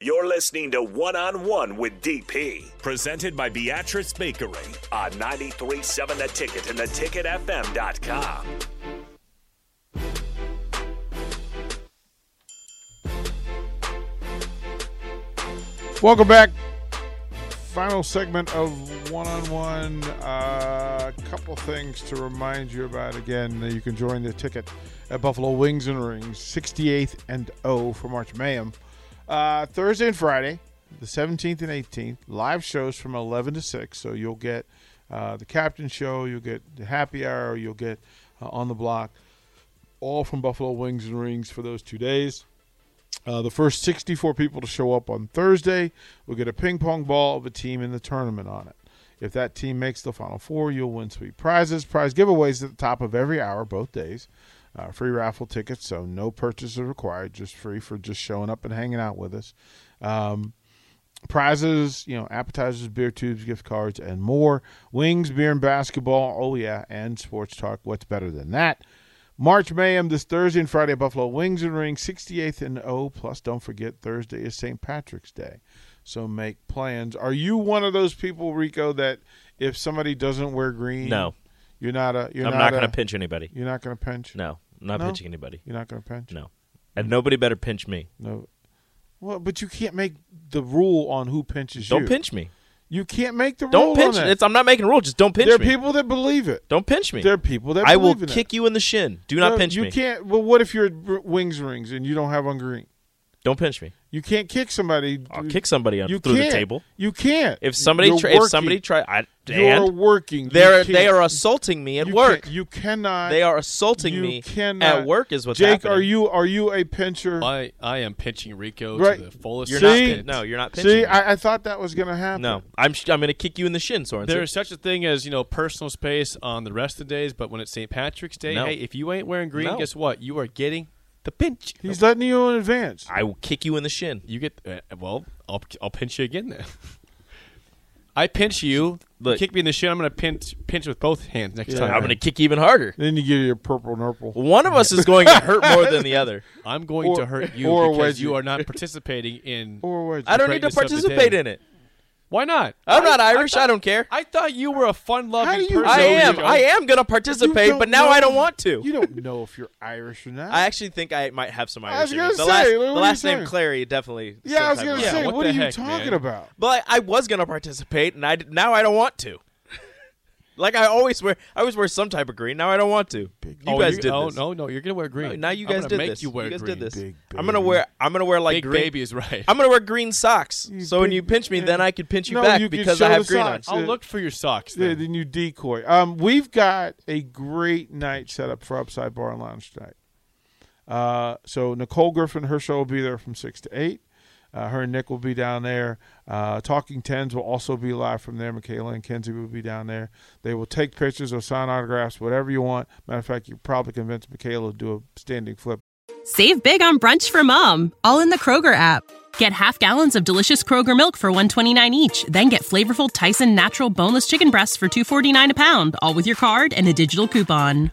You're listening to One on One with DP, presented by Beatrice Bakery on 93.7 The Ticket and theticketfm.com. Welcome back. Final segment of one on one. A couple things to remind you about. Again, you can join the ticket at Buffalo Wings and Rings, 68th and O for March Mayhem. Uh, Thursday and Friday, the 17th and 18th, live shows from 11 to 6. So you'll get uh, the captain show, you'll get the happy hour, you'll get uh, on the block, all from Buffalo Wings and Rings for those two days. Uh, the first 64 people to show up on Thursday will get a ping pong ball of a team in the tournament on it. If that team makes the Final Four, you'll win sweet prizes, prize giveaways at the top of every hour, both days. Uh, free raffle tickets, so no purchase is required, just free for just showing up and hanging out with us. Um, prizes, you know, appetizers, beer tubes, gift cards, and more. Wings, beer, and basketball. Oh, yeah, and sports talk. What's better than that? March Mayhem this Thursday and Friday at Buffalo Wings and Ring, 68th and O. Plus, don't forget, Thursday is St. Patrick's Day. So make plans. Are you one of those people, Rico, that if somebody doesn't wear green, No. you're not a you're I'm not, not a- going to pinch anybody. You're not going to pinch. No, I'm not No? pinching anybody. you're not going to pinch. No, and nobody better pinch me. No. Well, but you can't make the rule on who pinches Don't you. pinch me. You can't make the Don't rule pinch. on that. It's, I'm not making a rule. Just don't pinch there are me. people that believe it. don't pinch me. There are people that I will believe in it. kick you in the shin. Do not No, pinch you me. can't. Well, what if your wings rings and you don't have on green? Don't pinch me. You can't kick somebody. I'll kick somebody on, you through the can't. table. You can't. If somebody, You're try, if working. somebody try, I, you're and working. You they're they can't- are assaulting me at you work. can't- you cannot. they are assaulting you me cannot. at work. Is what's Jake, happening. Oh, are you are you a pincher? I, I am pinching Rico Right. to the fullest You're See? not. pin- extent. No, you're not pinching. See, me. I, I thought that was going to happen. no, I'm sh- I'm going to kick you in the shin, Sorensen. There is such a thing as you know personal space on the rest of the days, but when it's St. Patrick's Day, No. hey, if you ain't wearing green, No. guess what? You are getting the pinch. he's letting you know in advance. I will kick you in the shin. You get uh, well. I'll I'll pinch you again then. I pinch you. Look. kick me in the shin. I'm gonna pinch pinch with both hands next Yeah. time. I'm going to kick you even harder. Then you get your purple nurple. One of us is going to hurt more than the other. I'm going Or- to hurt you or because wedgie. you are not participating in. Or what? I don't Great need to use of the participate day. in it. Why not? I'm I- not Irish. I, don't care. I, I thought you were a How do fun-loving you person. know Oh, you am. Rico. I am going to participate, but now I don't want to. You don't know if you're Irish or not. I actually think I might have some Irish. was in gonna me. The say, last, what the are you last name saying? Clary definitely. yeah, I was sometime going to around. say, what what, the are you heck, talking man? about? But I was going to participate, and I d- now I don't want to. like I always wear, I always wear some type of green. Now I don't want to. You Oh, guys you- did oh, this. No, no, you're gonna wear green. Now you I'm guys gonna did make this. You, wear guys green. did this. Big I'm gonna wear. I'm gonna wear like Big green. baby is right. I'm gonna wear green socks. You so when big- you pinch me, then I could pinch you No, back you can because show I have the green socks. on. I'll Uh, look for your socks. Yeah, then. then you decoy. Um, we've got a great night set up for Upside Bar and Lounge tonight. Uh, so Nicole Griffin, her show will be there from six to eight. Uh, her and Nick will be down there. Uh, Talking Tens will also be live from there. Michaela and Kenzie will be down there. They will take pictures or sign autographs, whatever you want. Matter of fact, you probably convince Michaela to do a standing flip Save big on brunch for mom, all in the Kroger app. Get half gallons of delicious Kroger milk for 129 each, then get flavorful Tyson natural boneless chicken breasts for 249 a pound, all with your card and a digital coupon.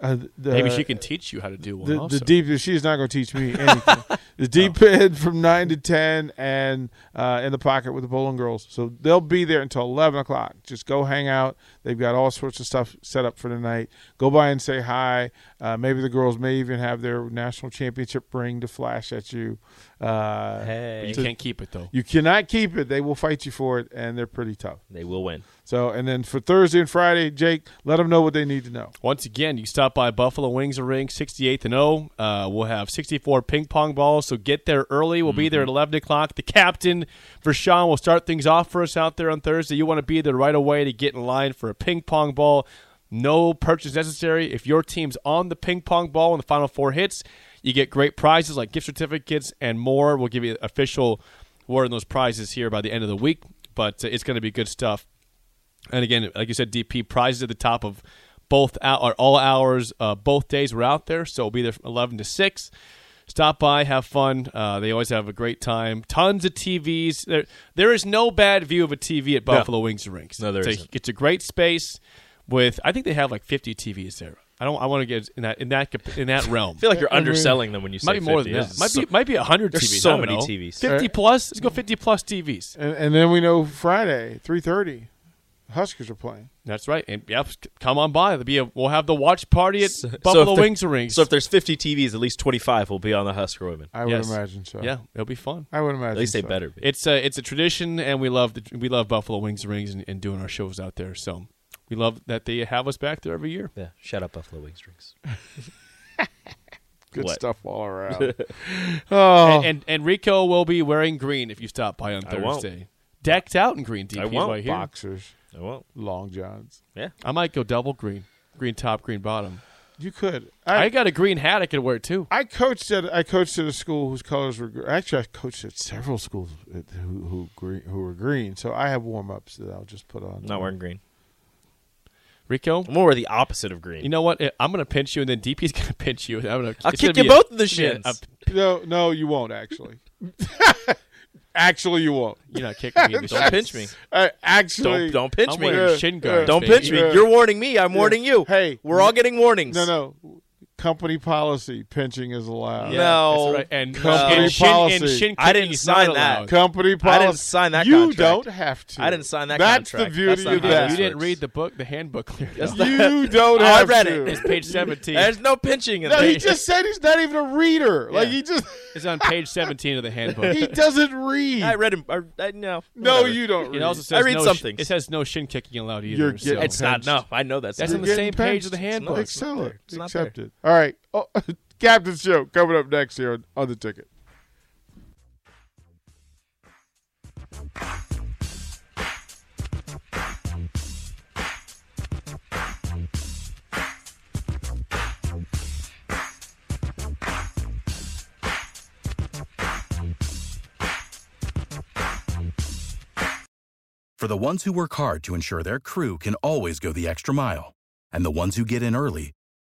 uh, the, Maybe she can teach you how to do one. the, also. the deep she's not going to teach me anything. the deep end from nine to ten, and uh, in the pocket with the bowling girls. So they'll be there until eleven o'clock. Just go hang out. They've got all sorts of stuff set up for tonight. Go by and say hi. Uh, maybe the girls may even have their national championship ring to flash at you. Uh, You Hey, can't keep it though. You cannot keep it. They will fight you for it, and they're pretty tough. they will win. So, and then for Thursday and Friday, Jake, let them know what they need to know. Once again, you stop by Buffalo Wings and Ring, 68th and 0. Uh, we'll have 64 ping pong balls, so get there early. We'll be there at 11 o'clock. The captain, Vershawn, will start things off for us out there on Thursday. You want to be there right away to get in line for a ping pong ball. No purchase necessary. If your team's on the ping pong ball when the final four hits, you get great prizes like gift certificates and more. We'll give you official word on those prizes here by the end of the week, but uh, it's going to be good stuff. And again, like you said, DP prizes at the top of both out or all hours, uh, both days we're out there. So we'll be there from eleven to six. Stop by, have fun. Uh, they always have a great time. Tons of TVs. There, there is no bad view of a TV at Buffalo Wings and Rinks. No, there it's a, isn't. It's a great space with. I think they have like fifty TVs there. I don't. I want to get in that in that cap- in that realm. I feel like Mm-hmm. you're underselling them when you say might be more 50. than that. There's Might so- be might be hundred. There's TVs. so I don't many know. TVs. Fifty plus. Let's go fifty plus TVs. And, and then we know Friday, three thirty, Huskers are playing. That's right. And yep, c- come on by. There'll be a, we'll have the watch party at Buffalo if there- Wings and Rings. So if there's 50 TVs, at least 25 will be on the Husker women. I Yes. would imagine so. yeah, it'll be fun. I would imagine. At least they so. better be. It's a it's a tradition, and we love the, we love Buffalo Wings and Rings and, and doing our shows out there. So we love that they have us back there every year. yeah, shut up, Buffalo Wings drinks. Good What? stuff all around. oh, And, and and Rico will be wearing green if you stop by on I won't. Thursday. Decked out in green. DP I won't, right here. boxers, I won't. long johns. Oh, Yeah. I might go double green, green top, green bottom. You could. I, I I, got a green hat I could wear too. coached at I coached at a school whose colors were gr- actually I coached at several schools at- who who green, who were green. So I have warm ups that I'll just put on. I'm not wearing green. Rico, I'm gonna wear the opposite of green. you know what? Eh, I'm gonna pinch you, and then DP's gonna pinch you. and I'm gonna, I'll it's gonna kick you be both in the it's gonna be a- shins. No, no, you won't actually. actually, you won't. You're not kicking me. in the don't shins. pinch me. Uh, actually, Don't don't pinch I'm me. wearing Yeah. shin Yeah. guards. Don't baby. pinch me. Yeah. You're warning me. I'm warning you. Hey. we're all getting warnings. No, no. Company policy: pinching is allowed. Yeah. No. That's right. And, Company and shin, policy. and shin I kicking didn't is sign not that. allowed. Company policy. didn't sign that You contract. don't have to. I didn't sign that That's contract. the beauty That's not of how that. You this didn't works. read the book, the handbook clearly. That's You don't I have read to. it. It's page 17. There's no pinching in No, there. he just said he's not even a reader. Like Yeah. he just it's on page 17 of the handbook. he doesn't read. I read him. I, I, no, no, whatever. you don't read. It also says read no some sh- things. It says no shin kicking allowed either. You're getting- so. It's not. No, I know that's. That's not on the it. You're same getting page of the pinched. It's handbook. Excel it. It's not Accept it. All right. Oh, Captain's show coming up next here on, on the ticket. For the ones who work hard to ensure their crew can always go the extra mile, and the ones who get in early